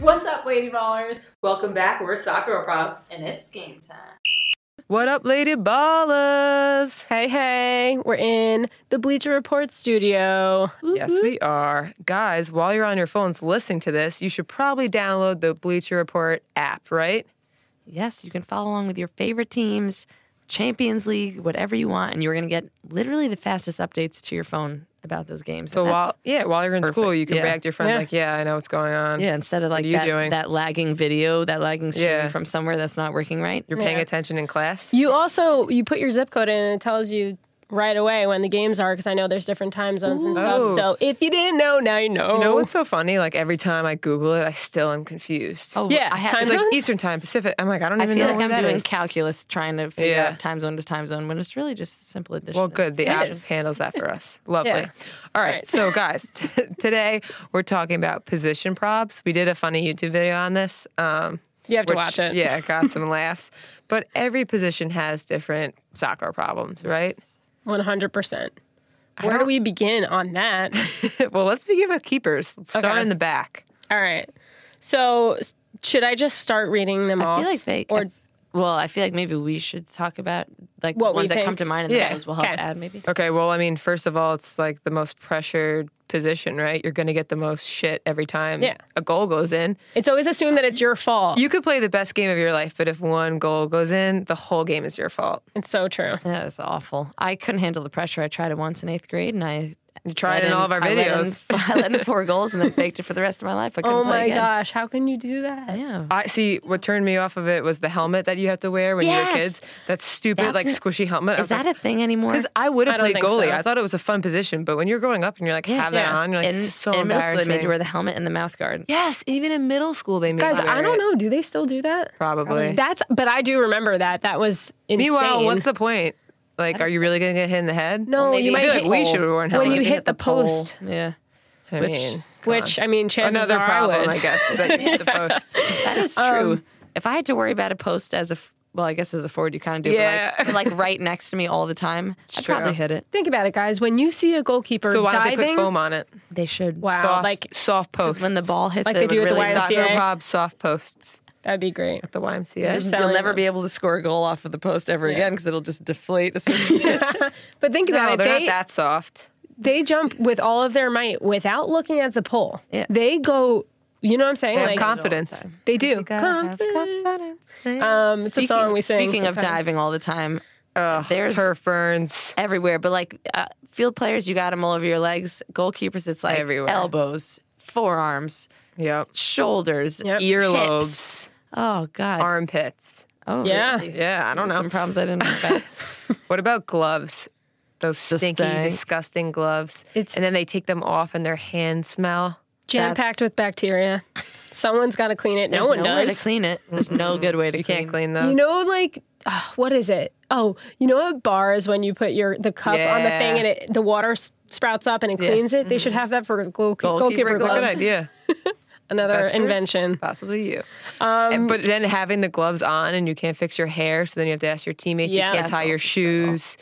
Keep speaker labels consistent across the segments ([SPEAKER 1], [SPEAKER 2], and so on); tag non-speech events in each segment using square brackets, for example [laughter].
[SPEAKER 1] What's up, lady ballers?
[SPEAKER 2] Welcome back. We're Sakura Props.
[SPEAKER 1] And it's game time.
[SPEAKER 3] What up, Lady Ballers?
[SPEAKER 4] Hey, hey, we're in the Bleacher Report studio.
[SPEAKER 3] Yes, we are. Guys, while you're on your phones listening to this, you should probably download the Bleacher Report app, right?
[SPEAKER 5] Yes, you can follow along with your favorite teams, Champions League, whatever you want, and you're going to get literally the fastest updates to your phone about those games.
[SPEAKER 3] So
[SPEAKER 5] And that's-
[SPEAKER 3] while yeah, while you're in
[SPEAKER 5] perfect.
[SPEAKER 3] school, you can
[SPEAKER 5] Yeah.
[SPEAKER 3] react to your friend
[SPEAKER 5] Yeah.
[SPEAKER 3] like, "Yeah, I know what's going on.
[SPEAKER 5] yeah, instead of like
[SPEAKER 3] are you
[SPEAKER 5] that,
[SPEAKER 3] doing?
[SPEAKER 5] that lagging video, that lagging stream
[SPEAKER 3] Yeah.
[SPEAKER 5] from somewhere that's not working right.
[SPEAKER 3] You're paying attention in class."
[SPEAKER 4] You also you put your zip code in and it tells you right away when the games are because I know there's different time zones and stuff.
[SPEAKER 3] Oh.
[SPEAKER 4] So if you didn't know, now you know.
[SPEAKER 3] You know what's so funny? Like every time I Google it, I still am confused.
[SPEAKER 5] Oh,
[SPEAKER 4] Yeah,
[SPEAKER 5] I have
[SPEAKER 4] time
[SPEAKER 3] it's
[SPEAKER 5] to,
[SPEAKER 3] like
[SPEAKER 4] zones?
[SPEAKER 3] Eastern Time, Pacific. I'm like, I don't
[SPEAKER 5] I
[SPEAKER 3] even
[SPEAKER 5] feel
[SPEAKER 3] know
[SPEAKER 5] like
[SPEAKER 3] what
[SPEAKER 5] I'm
[SPEAKER 3] that
[SPEAKER 5] doing
[SPEAKER 3] is.
[SPEAKER 5] calculus trying to figure
[SPEAKER 3] Yeah.
[SPEAKER 5] out time zone to time zone when it's really just simple addition.
[SPEAKER 3] Well, good. The app handles that for
[SPEAKER 5] [laughs]
[SPEAKER 3] us. Lovely. All right. So, guys, [laughs] t- today we're talking about position props. We did a funny YouTube video on this. Um,
[SPEAKER 4] You have to watch it.
[SPEAKER 3] Yeah, got
[SPEAKER 5] [laughs]
[SPEAKER 3] some laughs. But every position has different soccer problems, right? [laughs]
[SPEAKER 4] One hundred percent. Where do
[SPEAKER 3] don't-
[SPEAKER 4] we begin
[SPEAKER 3] [laughs]
[SPEAKER 4] on that?
[SPEAKER 3] well, let's begin with keepers. Let's start
[SPEAKER 4] Okay.
[SPEAKER 3] in the back.
[SPEAKER 4] All right. So s- should I just start reading them
[SPEAKER 5] I
[SPEAKER 4] all?
[SPEAKER 5] feel like they
[SPEAKER 4] or
[SPEAKER 5] I- well, I feel like maybe we should talk about like
[SPEAKER 4] What
[SPEAKER 5] the
[SPEAKER 4] we
[SPEAKER 5] ones that
[SPEAKER 4] think.
[SPEAKER 5] come to mind, and
[SPEAKER 3] Yeah.
[SPEAKER 5] then those will help
[SPEAKER 4] Okay.
[SPEAKER 5] add maybe.
[SPEAKER 3] Okay. Well, I mean, first of all, it's like the most pressured position, right? You're going to get the most shit every time
[SPEAKER 4] Yeah.
[SPEAKER 3] a goal goes in.
[SPEAKER 4] it's always assumed that it's your fault.
[SPEAKER 3] You could play the best game of your life, but if one goal goes in, the whole game is your fault.
[SPEAKER 4] it's so true.
[SPEAKER 5] That is awful. I couldn't handle the pressure. I tried it once in eighth grade, and I
[SPEAKER 3] You tried
[SPEAKER 5] let
[SPEAKER 3] in all of our
[SPEAKER 5] I let in-
[SPEAKER 3] videos.
[SPEAKER 5] [laughs] I let in
[SPEAKER 3] [laughs]
[SPEAKER 5] four goals and then faked it for the rest of my life. I couldn't
[SPEAKER 4] Oh
[SPEAKER 5] play
[SPEAKER 4] my
[SPEAKER 5] again.
[SPEAKER 4] gosh, how can you do that?
[SPEAKER 5] Yeah.
[SPEAKER 3] I see. What turned me off of it was the helmet that you had to wear when you were
[SPEAKER 5] Yes.
[SPEAKER 3] kids. That stupid,
[SPEAKER 5] That's
[SPEAKER 3] like
[SPEAKER 5] n-
[SPEAKER 3] squishy helmet.
[SPEAKER 5] Is that a thing anymore?
[SPEAKER 3] Because I would have
[SPEAKER 4] I don't
[SPEAKER 3] played
[SPEAKER 4] think
[SPEAKER 3] goalie.
[SPEAKER 4] so.
[SPEAKER 3] I thought it was a fun position, but when you're growing up and you're like, have that
[SPEAKER 4] yeah.
[SPEAKER 3] on, you're like,
[SPEAKER 5] in,
[SPEAKER 3] this is so
[SPEAKER 5] in middle school, they
[SPEAKER 3] embarrassing.
[SPEAKER 5] made you wear the helmet and the mouth guard.
[SPEAKER 3] yes, even in middle school they made
[SPEAKER 4] Guys,
[SPEAKER 3] you wear
[SPEAKER 4] I don't
[SPEAKER 3] it.
[SPEAKER 4] know. Do they still do that?
[SPEAKER 3] Probably.
[SPEAKER 4] That's, but I do remember that. That was insane.
[SPEAKER 3] Meanwhile, what's the point? Like, are you really going to get hit in the head?
[SPEAKER 4] No,
[SPEAKER 5] Well,
[SPEAKER 4] you
[SPEAKER 5] maybe
[SPEAKER 4] might
[SPEAKER 5] like
[SPEAKER 4] hit
[SPEAKER 3] we should have worn
[SPEAKER 4] when
[SPEAKER 3] helmets.
[SPEAKER 4] you
[SPEAKER 5] If
[SPEAKER 4] hit the
[SPEAKER 5] pole-
[SPEAKER 4] post,
[SPEAKER 5] Yeah.
[SPEAKER 3] I
[SPEAKER 5] which-
[SPEAKER 3] mean, come
[SPEAKER 4] which
[SPEAKER 3] on.
[SPEAKER 4] I mean, chances
[SPEAKER 3] [laughs] another
[SPEAKER 4] are I
[SPEAKER 3] problem,
[SPEAKER 4] would.
[SPEAKER 3] I guess. That you hit
[SPEAKER 4] [laughs]
[SPEAKER 3] the post.
[SPEAKER 5] That is
[SPEAKER 4] Um,
[SPEAKER 5] true. if I had to worry about a post as a, f- well, I guess as a forward, you kind of do,
[SPEAKER 3] Yeah.
[SPEAKER 5] but, like, but, like, right next to me all
[SPEAKER 3] [laughs]
[SPEAKER 5] the time, I'd
[SPEAKER 3] True.
[SPEAKER 5] probably hit it.
[SPEAKER 4] Think about it, guys. When you see a goalkeeper
[SPEAKER 3] So why don't
[SPEAKER 4] diving,
[SPEAKER 3] they put foam on it?
[SPEAKER 5] They should.
[SPEAKER 4] wow,
[SPEAKER 3] Soft,
[SPEAKER 4] like
[SPEAKER 3] soft posts.
[SPEAKER 5] When the ball hits
[SPEAKER 4] Like
[SPEAKER 5] it,
[SPEAKER 4] they
[SPEAKER 5] it
[SPEAKER 4] do
[SPEAKER 5] would
[SPEAKER 4] at the YMCA.
[SPEAKER 5] really suck.
[SPEAKER 3] soccer props, soft posts.
[SPEAKER 4] that'd be great. [laughs]
[SPEAKER 3] The YMCA.
[SPEAKER 4] selling
[SPEAKER 5] You'll never
[SPEAKER 4] it.
[SPEAKER 5] be able to score a goal off of the post ever again because it'll just deflate. As soon
[SPEAKER 4] [laughs]
[SPEAKER 5] as you hit it.
[SPEAKER 4] But think
[SPEAKER 3] No,
[SPEAKER 4] about it.
[SPEAKER 3] they're
[SPEAKER 4] They
[SPEAKER 3] not that soft.
[SPEAKER 4] they jump with all of their might without looking at the pole.
[SPEAKER 5] Yeah.
[SPEAKER 4] They go. You know what I'm saying?
[SPEAKER 3] They have
[SPEAKER 4] like
[SPEAKER 3] confidence.
[SPEAKER 4] they do. Confidence. Um, it's a song we sing.
[SPEAKER 5] Speaking of
[SPEAKER 4] sometimes.
[SPEAKER 5] diving all the time,
[SPEAKER 3] Ugh,
[SPEAKER 5] There's-
[SPEAKER 3] turf burns.
[SPEAKER 5] everywhere. But like uh, field players, you got them all over your legs. Goalkeepers, it's like
[SPEAKER 3] Everywhere.
[SPEAKER 5] elbows, forearms,
[SPEAKER 3] Yep.
[SPEAKER 5] shoulders,
[SPEAKER 4] Yep.
[SPEAKER 5] hips.
[SPEAKER 3] Earlobes,
[SPEAKER 5] Oh God.
[SPEAKER 3] armpits.
[SPEAKER 5] Oh
[SPEAKER 4] Yeah.
[SPEAKER 5] really?
[SPEAKER 3] Yeah, I don't know.
[SPEAKER 5] Some problems I didn't know about.
[SPEAKER 3] What about gloves? Those stinky,
[SPEAKER 5] stank.
[SPEAKER 3] disgusting gloves.
[SPEAKER 4] It's-
[SPEAKER 3] and then they take them off and their hands smell.
[SPEAKER 4] jam packed with bacteria. Someone's got to clean it. No
[SPEAKER 5] There's
[SPEAKER 4] one
[SPEAKER 5] nowhere
[SPEAKER 4] does.
[SPEAKER 5] to clean it. There's no good way to
[SPEAKER 3] You
[SPEAKER 5] clean.
[SPEAKER 3] can't clean those.
[SPEAKER 4] You know, like uh, what is it? Oh, you know, at bars when you put your the cup on the thing
[SPEAKER 3] Yeah.
[SPEAKER 4] and it the water s- sprouts up and it cleans it. They should have that for goal, goalkeeper
[SPEAKER 3] Good
[SPEAKER 5] gloves.
[SPEAKER 4] gloves.
[SPEAKER 3] idea.
[SPEAKER 4] Another
[SPEAKER 3] Investors?
[SPEAKER 4] invention.
[SPEAKER 3] Possibly you.
[SPEAKER 5] Um,
[SPEAKER 3] And- but then having the gloves on and you can't fix your hair, so then you have to ask your teammates.
[SPEAKER 4] Yeah,
[SPEAKER 3] you can't
[SPEAKER 4] that's
[SPEAKER 3] tie your
[SPEAKER 5] also so
[SPEAKER 3] shoes.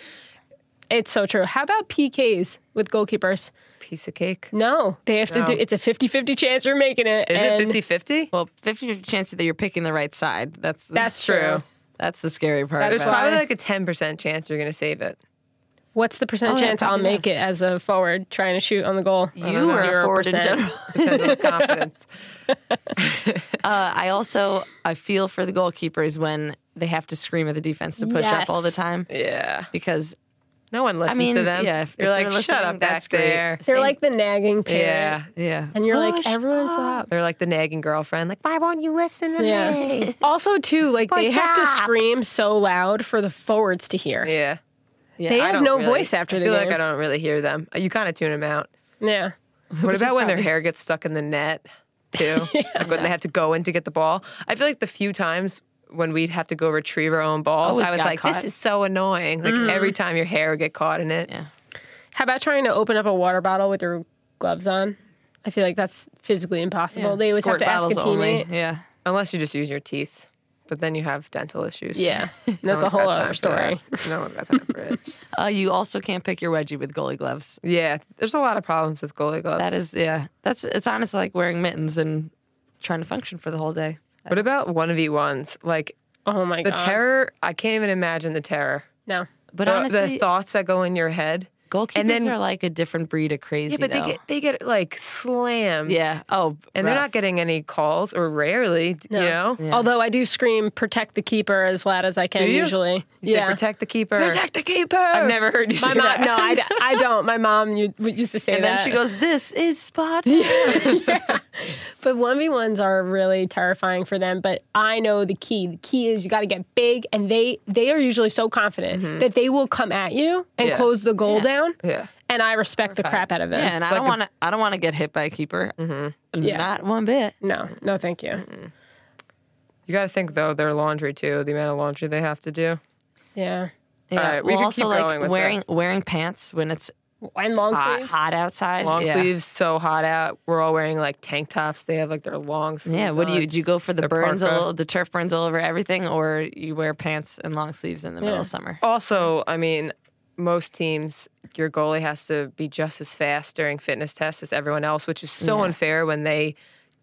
[SPEAKER 4] It's so true. How about PKs with goalkeepers?
[SPEAKER 3] Piece of cake.
[SPEAKER 4] No, they have to
[SPEAKER 3] No.
[SPEAKER 4] do. It's a 50-50 chance you're making it.
[SPEAKER 3] Is
[SPEAKER 4] and
[SPEAKER 3] it 50 50?
[SPEAKER 5] Well, 50-50 chance that you're picking the right side. That's
[SPEAKER 4] That's
[SPEAKER 3] True.
[SPEAKER 4] true.
[SPEAKER 5] that's the scary part.
[SPEAKER 4] That's
[SPEAKER 3] There's
[SPEAKER 5] about it.
[SPEAKER 3] probably
[SPEAKER 4] why-
[SPEAKER 3] like a 10% chance you're going to save it.
[SPEAKER 4] What's the percent
[SPEAKER 5] yeah,
[SPEAKER 4] chance I'll
[SPEAKER 5] probably
[SPEAKER 4] make it as a forward trying to shoot on the goal?
[SPEAKER 5] you are a forward in
[SPEAKER 4] 0%.
[SPEAKER 5] general. [laughs]
[SPEAKER 3] Depends on the confidence.
[SPEAKER 5] Uh, I also I feel for the goalkeepers when they have to scream at the defense to push
[SPEAKER 4] Yes.
[SPEAKER 5] up all the time
[SPEAKER 3] Yeah.
[SPEAKER 5] because
[SPEAKER 3] No one listens
[SPEAKER 5] I mean,
[SPEAKER 3] to them.
[SPEAKER 5] yeah, if-
[SPEAKER 3] You're
[SPEAKER 5] if
[SPEAKER 3] like,
[SPEAKER 5] they're
[SPEAKER 3] shut
[SPEAKER 5] listening,
[SPEAKER 3] up back
[SPEAKER 5] that's great."
[SPEAKER 3] there.
[SPEAKER 4] They're
[SPEAKER 5] Same.
[SPEAKER 4] like the nagging parent.
[SPEAKER 3] Yeah.
[SPEAKER 5] yeah.
[SPEAKER 4] And you're
[SPEAKER 5] Push
[SPEAKER 4] like, everyone's up.
[SPEAKER 3] They're like the nagging girlfriend. Like, why won't you listen to me? [laughs]
[SPEAKER 4] Yeah. also, too, like they
[SPEAKER 3] Push
[SPEAKER 4] have to
[SPEAKER 3] up.
[SPEAKER 4] scream so loud for the forwards to hear.
[SPEAKER 3] Yeah.
[SPEAKER 4] They
[SPEAKER 3] I
[SPEAKER 4] have
[SPEAKER 3] don't
[SPEAKER 4] no
[SPEAKER 3] really-
[SPEAKER 4] voice after
[SPEAKER 3] I
[SPEAKER 4] the
[SPEAKER 3] feel
[SPEAKER 4] game.
[SPEAKER 3] like I don't really hear them. Uh, You kind of tune them out.
[SPEAKER 4] yeah.
[SPEAKER 3] What about when their hair gets stuck in the net, too? Like when they have to go in to get the ball. I feel like the few times when we'd have to go retrieve our own balls,
[SPEAKER 5] Always
[SPEAKER 3] I was
[SPEAKER 5] got
[SPEAKER 3] like,
[SPEAKER 5] caught.
[SPEAKER 3] this is so annoying. Like every time your hair would get caught in it.
[SPEAKER 5] Yeah.
[SPEAKER 4] How about trying to open up a water bottle with your gloves on? I feel like that's physically impossible. They always
[SPEAKER 5] Squirt
[SPEAKER 4] have to ask a
[SPEAKER 5] bottles
[SPEAKER 4] teammate.
[SPEAKER 5] only.
[SPEAKER 3] [laughs]
[SPEAKER 5] Yeah.
[SPEAKER 3] Unless you just use your teeth. But then you have dental issues.
[SPEAKER 4] Yeah.
[SPEAKER 3] [laughs] No
[SPEAKER 4] That's a
[SPEAKER 3] one's got
[SPEAKER 4] whole
[SPEAKER 3] time
[SPEAKER 4] other
[SPEAKER 3] for that.
[SPEAKER 4] story.
[SPEAKER 3] [laughs] No one's got time for it.
[SPEAKER 5] Uh, you also can't pick your wedgie with goalie gloves.
[SPEAKER 3] Yeah, there's a lot of problems with goalie gloves.
[SPEAKER 5] That is, yeah, that's it's honestly like wearing mittens and trying to function for the whole day.
[SPEAKER 3] What about one of e ones? Like
[SPEAKER 4] Oh my
[SPEAKER 3] the
[SPEAKER 4] god.
[SPEAKER 3] terror. I can't even imagine the terror.
[SPEAKER 4] No.
[SPEAKER 3] The,
[SPEAKER 5] But
[SPEAKER 3] the
[SPEAKER 5] honestly,
[SPEAKER 3] thoughts that go in your head.
[SPEAKER 5] goalkeepers
[SPEAKER 3] and then-
[SPEAKER 5] are like a different breed of crazy.
[SPEAKER 3] Yeah, but they
[SPEAKER 5] though.
[SPEAKER 3] get they get like slammed.
[SPEAKER 5] yeah. Oh,
[SPEAKER 3] and they're
[SPEAKER 5] rough.
[SPEAKER 3] not getting any calls or rarely. d- You know, Oh,
[SPEAKER 5] Yeah.
[SPEAKER 4] Although I do scream protect the keeper as loud as I can
[SPEAKER 3] you?
[SPEAKER 4] usually.
[SPEAKER 3] You say,
[SPEAKER 4] yeah.
[SPEAKER 3] protect the keeper.
[SPEAKER 5] protect the keeper.
[SPEAKER 3] I've never heard you say
[SPEAKER 4] my
[SPEAKER 3] that.
[SPEAKER 4] mom no, I, d- I don't. My mom u- would
[SPEAKER 3] [laughs]
[SPEAKER 4] used to say
[SPEAKER 5] And
[SPEAKER 4] that.
[SPEAKER 5] then she goes, "This is spot."
[SPEAKER 4] But 1v1s are really terrifying for them, but I know the key. The key is you got to get big and they they are usually so confident that they will come at you and
[SPEAKER 3] Yeah.
[SPEAKER 4] close the goal
[SPEAKER 5] Mm-hmm. Yeah.
[SPEAKER 4] down.
[SPEAKER 3] [laughs] Yeah.
[SPEAKER 4] And I respect the crap out of them.
[SPEAKER 5] Yeah, and I don't want to. I don't want to get hit by a keeper.
[SPEAKER 3] Mm-hmm.
[SPEAKER 4] Yeah.
[SPEAKER 5] Not one bit.
[SPEAKER 4] No, no thank you.
[SPEAKER 3] You got to think though, their laundry too, the amount of laundry they have to do.
[SPEAKER 4] Yeah.
[SPEAKER 5] Yeah.
[SPEAKER 3] right, we
[SPEAKER 5] well,
[SPEAKER 3] could
[SPEAKER 5] also
[SPEAKER 3] keep
[SPEAKER 5] like
[SPEAKER 3] going with
[SPEAKER 5] wearing
[SPEAKER 3] this.
[SPEAKER 5] wearing pants when it's
[SPEAKER 4] And long
[SPEAKER 5] hot,
[SPEAKER 4] sleeves.
[SPEAKER 5] hot outside.
[SPEAKER 3] Long
[SPEAKER 5] yeah.
[SPEAKER 3] sleeves, so hot out. We're all wearing like tank tops. They have like their long sleeves.
[SPEAKER 5] Yeah, what do you
[SPEAKER 3] on.
[SPEAKER 5] do? You go for the
[SPEAKER 3] Their
[SPEAKER 5] burns,
[SPEAKER 3] parka.
[SPEAKER 5] all, the turf burns all over everything, or you wear pants and long sleeves in the middle of summer?
[SPEAKER 3] Also, I mean, most teams, your goalie has to be just as fast during fitness tests as everyone else, which is so unfair when they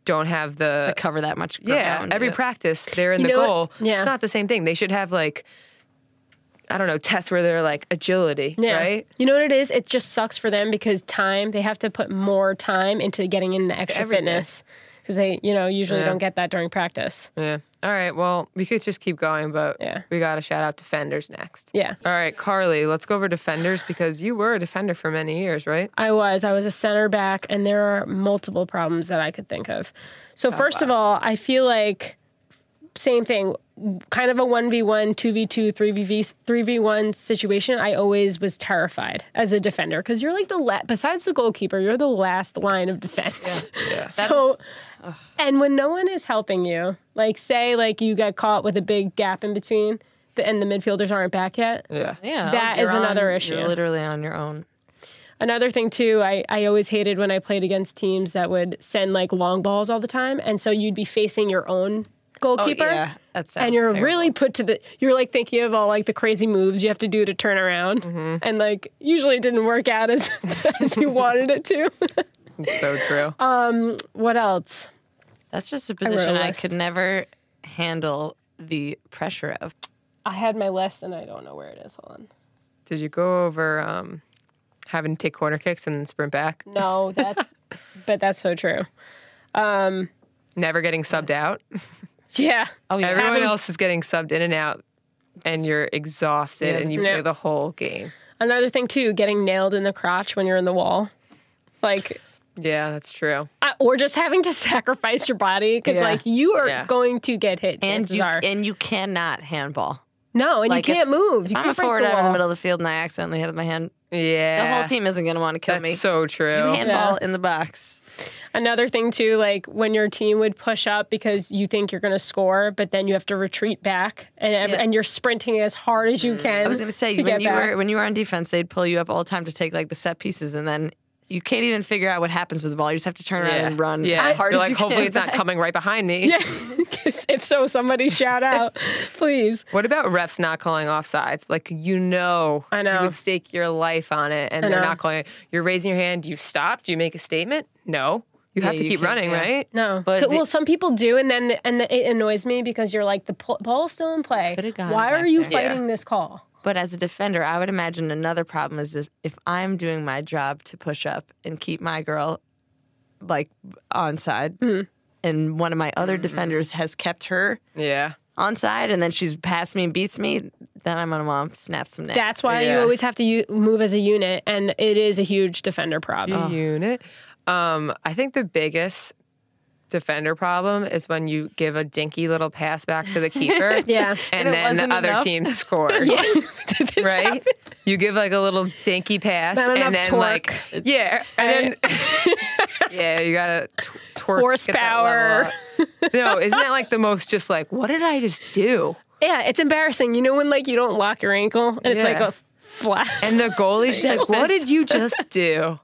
[SPEAKER 3] don't have the
[SPEAKER 5] to cover that much
[SPEAKER 3] Yeah,
[SPEAKER 5] ground.
[SPEAKER 3] every practice they're in
[SPEAKER 4] You
[SPEAKER 3] the
[SPEAKER 4] know what?
[SPEAKER 3] goal.
[SPEAKER 4] Yeah.
[SPEAKER 3] It's not the same thing. They should have like I don't know, tests where they're like agility, right?
[SPEAKER 4] You know what it is? It just sucks for them because time, they have to put more time into getting in the extra
[SPEAKER 3] everything.
[SPEAKER 4] fitness because they, you know, usually don't get that during practice.
[SPEAKER 3] Yeah. All right. Well, we could just keep going, but
[SPEAKER 4] Yeah.
[SPEAKER 3] we got to shout out defenders next.
[SPEAKER 4] Yeah.
[SPEAKER 3] All right, Carly, let's go over defenders because you were a defender for many years, right?
[SPEAKER 4] I was. I was a center back, and there are multiple problems that I could think of. So, first of all, I feel like same thing, kind of a 1v1, 2v2, 3v, 3v1 situation. I always was terrified as a defender because you're like the la- besides the goalkeeper, you're the last line of defense. [laughs] so, and when no one is helping you, like say like you get caught with a big gap in between, the, and the midfielders aren't back yet.
[SPEAKER 3] Yeah.
[SPEAKER 4] That
[SPEAKER 5] yeah, that is
[SPEAKER 4] is another issue.
[SPEAKER 5] You're literally on your own.
[SPEAKER 4] Another thing too, I, I always hated when I played against teams that would send like long balls all the time, and so you'd be facing your own goalkeeper,
[SPEAKER 5] Oh, yeah, that sounds
[SPEAKER 4] Oh, and you're
[SPEAKER 5] terrible.
[SPEAKER 4] really put to the. You're like thinking of all like the crazy moves you have to do to turn around,
[SPEAKER 5] Mm-hmm.
[SPEAKER 4] and like usually it didn't work out as [laughs] as you wanted it to.
[SPEAKER 3] It's so true.
[SPEAKER 4] what else?
[SPEAKER 5] That's just a
[SPEAKER 4] wrote a
[SPEAKER 5] position I,
[SPEAKER 4] list.
[SPEAKER 5] could never handle the pressure of.
[SPEAKER 4] I had my list and I don't know where it is. Hold on.
[SPEAKER 3] Did you go over um, having to take corner kicks and then sprint back?
[SPEAKER 4] No,
[SPEAKER 5] [laughs]
[SPEAKER 4] that's but that's so true.
[SPEAKER 3] Never getting subbed out.
[SPEAKER 4] Yeah.
[SPEAKER 5] Oh yeah,
[SPEAKER 3] Everyone
[SPEAKER 4] Having-
[SPEAKER 3] else is getting subbed in and out, and you're exhausted,
[SPEAKER 5] Yeah.
[SPEAKER 3] and you
[SPEAKER 4] Yeah.
[SPEAKER 3] play the whole game.
[SPEAKER 4] Another thing too, getting nailed in the crotch when you're in the wall, like
[SPEAKER 3] Yeah, that's true.
[SPEAKER 4] Uh, or just having to [laughs] sacrifice your body because
[SPEAKER 5] Yeah.
[SPEAKER 4] like you are
[SPEAKER 3] Yeah.
[SPEAKER 4] going to get hit.
[SPEAKER 5] and
[SPEAKER 4] Chances
[SPEAKER 5] you
[SPEAKER 4] are
[SPEAKER 5] and you cannot handball.
[SPEAKER 4] no, and
[SPEAKER 5] Like,
[SPEAKER 4] you can't
[SPEAKER 5] it's-
[SPEAKER 4] move.
[SPEAKER 5] If
[SPEAKER 4] You
[SPEAKER 5] I'm
[SPEAKER 4] can't
[SPEAKER 5] a forward
[SPEAKER 4] break the
[SPEAKER 5] out in the
[SPEAKER 4] wall.
[SPEAKER 5] middle of the field and I accidentally hit my hand, the
[SPEAKER 3] Yeah.
[SPEAKER 5] whole team isn't going to want to kill
[SPEAKER 3] That's
[SPEAKER 5] me.
[SPEAKER 3] so true.
[SPEAKER 5] You handball in the box.
[SPEAKER 4] Another thing too, like when your team would push up because you think you're going to score, but then you have to retreat back and ev-
[SPEAKER 5] Yeah. Mm.
[SPEAKER 4] and you're sprinting as hard as you can.
[SPEAKER 5] [laughs] I
[SPEAKER 4] [laughs]
[SPEAKER 5] was going to say
[SPEAKER 4] get
[SPEAKER 5] when you
[SPEAKER 4] back.
[SPEAKER 5] were when you were on defense, they'd pull you up all the time to take like the set pieces, and then you can't even figure out what happens with the ball. You just have to turn around and run
[SPEAKER 3] Yeah.
[SPEAKER 5] as hard
[SPEAKER 3] You're like,
[SPEAKER 5] as you
[SPEAKER 3] hopefully
[SPEAKER 5] can.
[SPEAKER 3] it's
[SPEAKER 5] [laughs]
[SPEAKER 3] not coming right behind me.
[SPEAKER 4] 'Cause if so, somebody shout
[SPEAKER 5] [laughs]
[SPEAKER 4] out, please.
[SPEAKER 3] What about refs not calling offsides? Like you know,
[SPEAKER 4] I know.
[SPEAKER 3] you would stake your life on it, and they're
[SPEAKER 4] know.
[SPEAKER 3] not calling. it. You're raising your hand. You stop. Do you make a statement? No. You have to
[SPEAKER 5] you
[SPEAKER 3] keep
[SPEAKER 5] can't,
[SPEAKER 3] running,
[SPEAKER 5] yeah.
[SPEAKER 3] right?
[SPEAKER 4] No,
[SPEAKER 5] But
[SPEAKER 4] C-
[SPEAKER 5] the-
[SPEAKER 4] well, some people do, and then and the, it annoys me because you're like the pl- ball's still in play.
[SPEAKER 5] Could've gone
[SPEAKER 4] Why
[SPEAKER 5] back
[SPEAKER 4] are you
[SPEAKER 5] there.
[SPEAKER 3] Yeah.
[SPEAKER 4] fighting this call?
[SPEAKER 5] But as a defender, I would imagine another problem is if, if I'm doing my job to push up and keep my girl like onside, and one of my
[SPEAKER 3] Mm.
[SPEAKER 5] other defenders has kept her
[SPEAKER 3] Yeah.
[SPEAKER 5] onside, and then she's past me and beats me, then I'm gonna mom snap some necks.
[SPEAKER 4] That's why
[SPEAKER 3] Yeah.
[SPEAKER 4] you always have to u- move as a unit, and it is a huge defender problem.
[SPEAKER 3] Unit. Um, I think the biggest defender problem is when you give a dinky little pass back to the keeper.
[SPEAKER 4] Yeah.
[SPEAKER 3] And,
[SPEAKER 5] And it
[SPEAKER 3] then
[SPEAKER 5] wasn't
[SPEAKER 3] the other
[SPEAKER 5] enough.
[SPEAKER 3] team scores. [laughs] right? You give like a little dinky pass
[SPEAKER 4] Not enough
[SPEAKER 3] and then
[SPEAKER 4] torque.
[SPEAKER 3] like yeah, and then [laughs] yeah, you got to tw- torque get that level up. No, isn't that like the most just like what did I just do?
[SPEAKER 4] Oh. Yeah, it's embarrassing. You know when like you don't lock your ankle and it's like
[SPEAKER 3] Yeah.
[SPEAKER 4] a flat. [laughs]
[SPEAKER 3] And the goalie's just like what did you just do?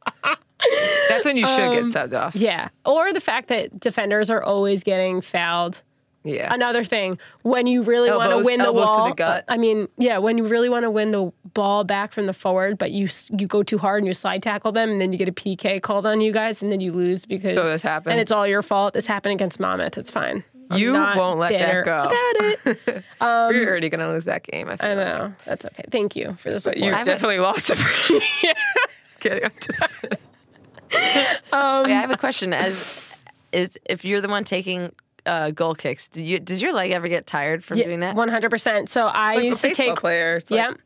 [SPEAKER 3] That's when you should get subbed off.
[SPEAKER 4] yeah, or the fact that defenders are always getting fouled
[SPEAKER 3] Yeah.
[SPEAKER 4] another thing when you really want to
[SPEAKER 3] Elbows-
[SPEAKER 4] win the
[SPEAKER 3] elbows to the
[SPEAKER 4] wall
[SPEAKER 3] gut.
[SPEAKER 4] i mean yeah when you really want to win the ball back from the forward but you s- you go too hard and you slide tackle them and then you get a pk called on you guys and then you lose because
[SPEAKER 3] So this happened?
[SPEAKER 4] and it's all your fault this happened against monmouth it's fine I'm
[SPEAKER 3] You
[SPEAKER 4] not
[SPEAKER 3] won't let that
[SPEAKER 4] bitter
[SPEAKER 3] go.
[SPEAKER 4] about it
[SPEAKER 3] You're already gonna lose that game. I feel.
[SPEAKER 4] i
[SPEAKER 3] like.
[SPEAKER 4] know that's okay thank you for the
[SPEAKER 3] But you
[SPEAKER 4] support
[SPEAKER 3] definitely lost it. [laughs] yeah. Just kidding. I'm just kidding.
[SPEAKER 5] Okay, I have a question. As is, if you're the one taking uh, goal kicks, do you does your leg ever get tired from
[SPEAKER 4] Yeah,
[SPEAKER 5] doing that?
[SPEAKER 4] 100% so i
[SPEAKER 3] Like a
[SPEAKER 4] used to
[SPEAKER 3] baseball
[SPEAKER 4] take
[SPEAKER 3] player. It's
[SPEAKER 4] yeah
[SPEAKER 3] Like,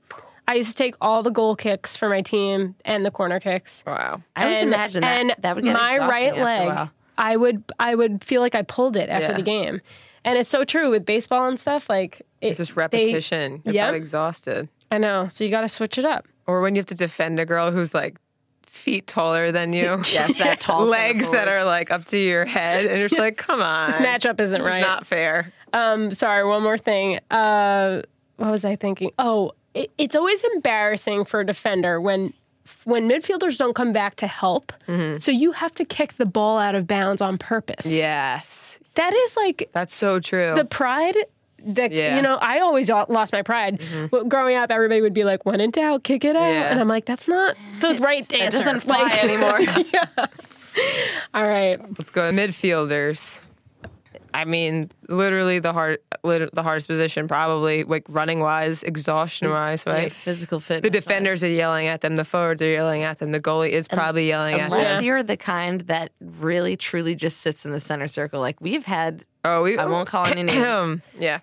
[SPEAKER 4] i used to take all the goal kicks for my team and the corner kicks
[SPEAKER 3] wow.
[SPEAKER 5] I always
[SPEAKER 4] and,
[SPEAKER 5] imagine that
[SPEAKER 4] and
[SPEAKER 5] that would get
[SPEAKER 4] my
[SPEAKER 5] exhausting
[SPEAKER 4] right
[SPEAKER 5] after a
[SPEAKER 4] leg.
[SPEAKER 5] while.
[SPEAKER 4] I would I would feel like I pulled it after
[SPEAKER 3] Yeah.
[SPEAKER 4] the game, and it's so true with baseball and stuff. Like it-
[SPEAKER 3] It's just
[SPEAKER 4] they-
[SPEAKER 3] repetition. You're
[SPEAKER 4] Yep.
[SPEAKER 3] probably exhausted.
[SPEAKER 4] I know, so you got to switch it up.
[SPEAKER 3] Or when you have to defend a girl who's like feet taller than
[SPEAKER 4] [laughs]
[SPEAKER 3] you. [laughs]
[SPEAKER 5] Yes, that tall center
[SPEAKER 3] Legs that
[SPEAKER 5] forward.
[SPEAKER 3] are like up to your head, and
[SPEAKER 4] [laughs]
[SPEAKER 3] you're just like, come on.
[SPEAKER 4] This matchup isn't
[SPEAKER 3] This
[SPEAKER 4] right.
[SPEAKER 3] is not fair.
[SPEAKER 4] um, sorry. One more thing. Uh, what was I thinking? Oh, it, it's always embarrassing for a defender when when midfielders don't come back to help.
[SPEAKER 5] Mm-hmm.
[SPEAKER 4] So you have to kick the ball out of bounds on purpose.
[SPEAKER 3] Yes,
[SPEAKER 4] that is like
[SPEAKER 3] that's so true.
[SPEAKER 4] the pride that
[SPEAKER 3] Yeah.
[SPEAKER 4] you know i always o- lost my pride
[SPEAKER 5] Mm-hmm.
[SPEAKER 4] but growing up everybody would be like when in doubt kick it out
[SPEAKER 3] Yeah.
[SPEAKER 4] and i'm like that's not the right answer
[SPEAKER 5] doesn't
[SPEAKER 4] [laughs]
[SPEAKER 5] fly [laughs]
[SPEAKER 4] Like-
[SPEAKER 5] anymore.
[SPEAKER 4] all right
[SPEAKER 3] Let's go midfielders. I mean, literally the hard, lit- the hardest position probably, like running wise, exhaustion wise,
[SPEAKER 5] Yeah,
[SPEAKER 3] right?
[SPEAKER 5] physical fitness.
[SPEAKER 3] The defenders are yelling at them. The forwards are yelling at them. The goalie is probably yelling at
[SPEAKER 5] Unless
[SPEAKER 3] them.
[SPEAKER 5] you're the kind that really truly just sits in the center circle, like we've had,
[SPEAKER 3] Oh, we.
[SPEAKER 5] I won't call any names.
[SPEAKER 3] [clears throat] yeah,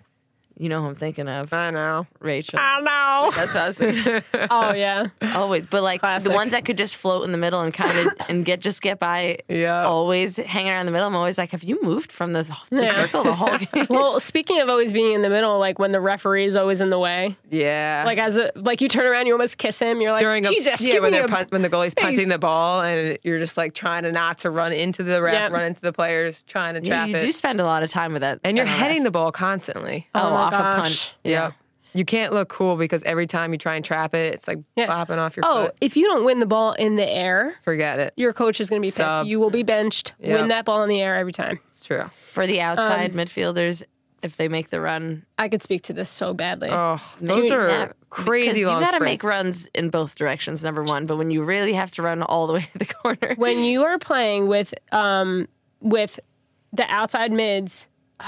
[SPEAKER 5] you know who I'm thinking of,
[SPEAKER 4] Uh,
[SPEAKER 3] I know.
[SPEAKER 5] Rachel.
[SPEAKER 4] no
[SPEAKER 5] That's what I was thinking.
[SPEAKER 4] oh
[SPEAKER 5] [laughs]
[SPEAKER 4] yeah
[SPEAKER 5] Always, but like
[SPEAKER 4] Classic.
[SPEAKER 5] the ones that could just float in the middle and
[SPEAKER 4] [laughs]
[SPEAKER 5] kind of and get just get by.
[SPEAKER 3] Yeah.
[SPEAKER 5] Always hanging around the middle. I'm always like, have you moved from the, the
[SPEAKER 4] Yeah.
[SPEAKER 5] circle
[SPEAKER 4] [laughs]
[SPEAKER 5] the whole game?
[SPEAKER 4] well speaking of always being in the middle like when the referee is always in the way
[SPEAKER 3] Yeah.
[SPEAKER 4] like as a like you turn around you almost kiss him you're like
[SPEAKER 3] during a,
[SPEAKER 4] jesus
[SPEAKER 3] yeah,
[SPEAKER 4] give
[SPEAKER 3] when
[SPEAKER 4] me
[SPEAKER 3] they're
[SPEAKER 4] a
[SPEAKER 3] punt, when the goalie's
[SPEAKER 4] space."
[SPEAKER 3] punting the ball and you're just like trying to not to run into the ref,
[SPEAKER 4] Yeah.
[SPEAKER 3] run into the players, trying to
[SPEAKER 5] Yeah,
[SPEAKER 3] trap
[SPEAKER 5] you
[SPEAKER 3] it,
[SPEAKER 5] do spend a lot of time with that,
[SPEAKER 3] and you're
[SPEAKER 5] center
[SPEAKER 3] heading
[SPEAKER 5] ref.
[SPEAKER 3] the ball constantly.
[SPEAKER 5] oh,
[SPEAKER 4] Oh my
[SPEAKER 5] off a
[SPEAKER 4] gosh.
[SPEAKER 5] punch.
[SPEAKER 3] Yeah. You can't look cool because every time you try and trap it, it's like
[SPEAKER 4] Yeah.
[SPEAKER 3] bopping off your
[SPEAKER 4] oh
[SPEAKER 3] foot.
[SPEAKER 4] if you don't win the ball in the air
[SPEAKER 3] Forget it.
[SPEAKER 4] your coach is going to be
[SPEAKER 3] Sub.
[SPEAKER 4] pissed you will be benched
[SPEAKER 3] Yep.
[SPEAKER 4] win that ball in the air every time
[SPEAKER 3] It's true.
[SPEAKER 5] for the outside
[SPEAKER 4] Um,
[SPEAKER 5] midfielders if they make the run.
[SPEAKER 4] i could speak to this so badly
[SPEAKER 3] Oh, those
[SPEAKER 5] Maybe
[SPEAKER 3] are
[SPEAKER 5] not, because
[SPEAKER 3] crazy long
[SPEAKER 5] You got to
[SPEAKER 3] sprints.
[SPEAKER 5] make runs in both directions. Number one, but when you really have to run all the way to the [laughs] corner,
[SPEAKER 4] when you are playing with um with the outside mids [sighs]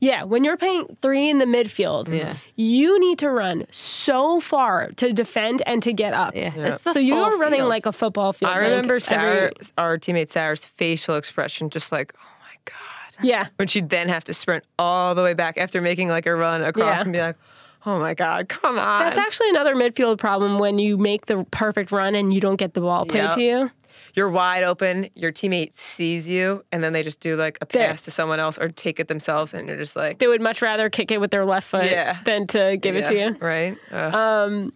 [SPEAKER 4] yeah when you're playing three in the midfield
[SPEAKER 5] Yeah.
[SPEAKER 4] you need to run so far to defend and to get up
[SPEAKER 5] yeah, that's the
[SPEAKER 4] so you
[SPEAKER 5] full
[SPEAKER 4] are running
[SPEAKER 5] field.
[SPEAKER 4] like a football field
[SPEAKER 3] I
[SPEAKER 4] like,
[SPEAKER 3] remember
[SPEAKER 4] every-
[SPEAKER 3] Sarah, our teammate Sarah's facial expression, just like, oh my God.
[SPEAKER 4] yeah
[SPEAKER 3] When she'd then have to sprint all the way back after making like a run across
[SPEAKER 4] Yeah.
[SPEAKER 3] and be like, oh my God, come on.
[SPEAKER 4] that's actually another midfield problem when you make the perfect run and you don't get the ball played
[SPEAKER 3] Yep.
[SPEAKER 4] to you
[SPEAKER 3] you're wide open, your teammate sees you, and then they just do like a
[SPEAKER 4] There.
[SPEAKER 3] pass to someone else or take it themselves, and you're just like,
[SPEAKER 4] they would much rather kick it with their left foot
[SPEAKER 3] Yeah.
[SPEAKER 4] than to give it to
[SPEAKER 3] yeah,
[SPEAKER 4] you
[SPEAKER 3] Right? Uh,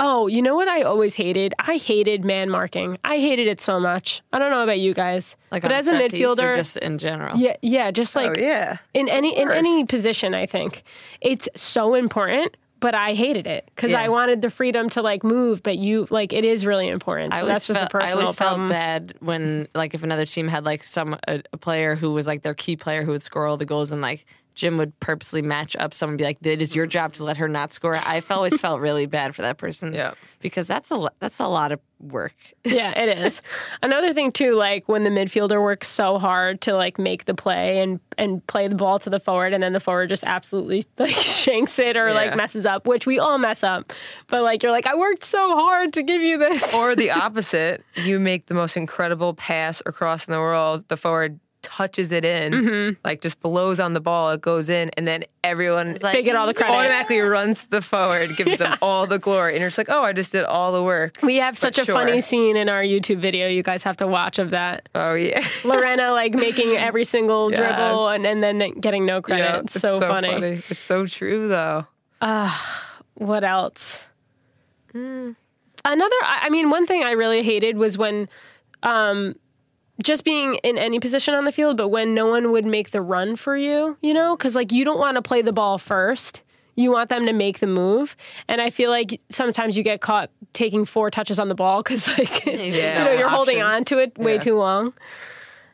[SPEAKER 4] Oh, you know what I always hated? I hated man marking. I hated it so much. I don't know about you guys,
[SPEAKER 5] Like
[SPEAKER 4] but
[SPEAKER 5] on
[SPEAKER 4] as a
[SPEAKER 5] set piece or
[SPEAKER 4] midfielder,
[SPEAKER 5] just in general.
[SPEAKER 4] yeah, yeah, just like
[SPEAKER 3] oh, yeah.
[SPEAKER 4] in any in any
[SPEAKER 3] worst.
[SPEAKER 4] position, I think it's so important. But I hated it because
[SPEAKER 5] Yeah.
[SPEAKER 4] I wanted the freedom to like move. But you like it is really important. So
[SPEAKER 5] I
[SPEAKER 4] that's just
[SPEAKER 5] felt,
[SPEAKER 4] a personal
[SPEAKER 5] I always
[SPEAKER 4] problem.
[SPEAKER 5] felt bad when, like, if another team had like some a, a player who was like their key player who would score all the goals, and like Jim would purposely match up someone, and be like, "It is your job to let her not score." I f- always felt really bad for that person,
[SPEAKER 3] Yeah.
[SPEAKER 5] because that's a lo- that's a lot of work.
[SPEAKER 4] yeah, it is. Another thing too, like when the midfielder works so hard to like make the play and and play the ball to the forward, and then the forward just absolutely [laughs] like shanks it or
[SPEAKER 3] Yeah.
[SPEAKER 4] like messes up, which we all mess up. But like you're like, I worked so hard to give you this. [laughs]
[SPEAKER 3] or the opposite, you make the most incredible pass or cross in the world. The forward touches it in,
[SPEAKER 4] Mm-hmm.
[SPEAKER 3] like just blows on the ball, it goes in, and then everyone
[SPEAKER 5] like, [laughs]
[SPEAKER 4] they get all the credit. [laughs]
[SPEAKER 3] automatically runs to the forward, gives them all the glory. And you're just like, oh, I just did all the work.
[SPEAKER 4] we have such a
[SPEAKER 3] sure.
[SPEAKER 4] funny scene in our YouTube video. You guys have to watch of that.
[SPEAKER 3] Oh, yeah.
[SPEAKER 4] Lorenna like
[SPEAKER 3] [laughs]
[SPEAKER 4] making every single
[SPEAKER 3] Yes.
[SPEAKER 4] dribble and, and then getting no credit.
[SPEAKER 3] [laughs] Yeah,
[SPEAKER 4] it's, so, funny.
[SPEAKER 3] It's so true, though.
[SPEAKER 4] what else? Another, I I mean, one thing I really hated was when, um, just being in any position on the field, but when no one would make the run for you, you know, because like you don't want to play the ball first. You want them to make the move, and I feel like sometimes you get caught taking four touches on the ball because [laughs] like you know you're holding on
[SPEAKER 5] Options.
[SPEAKER 4] to it way
[SPEAKER 3] Yeah.
[SPEAKER 4] too long.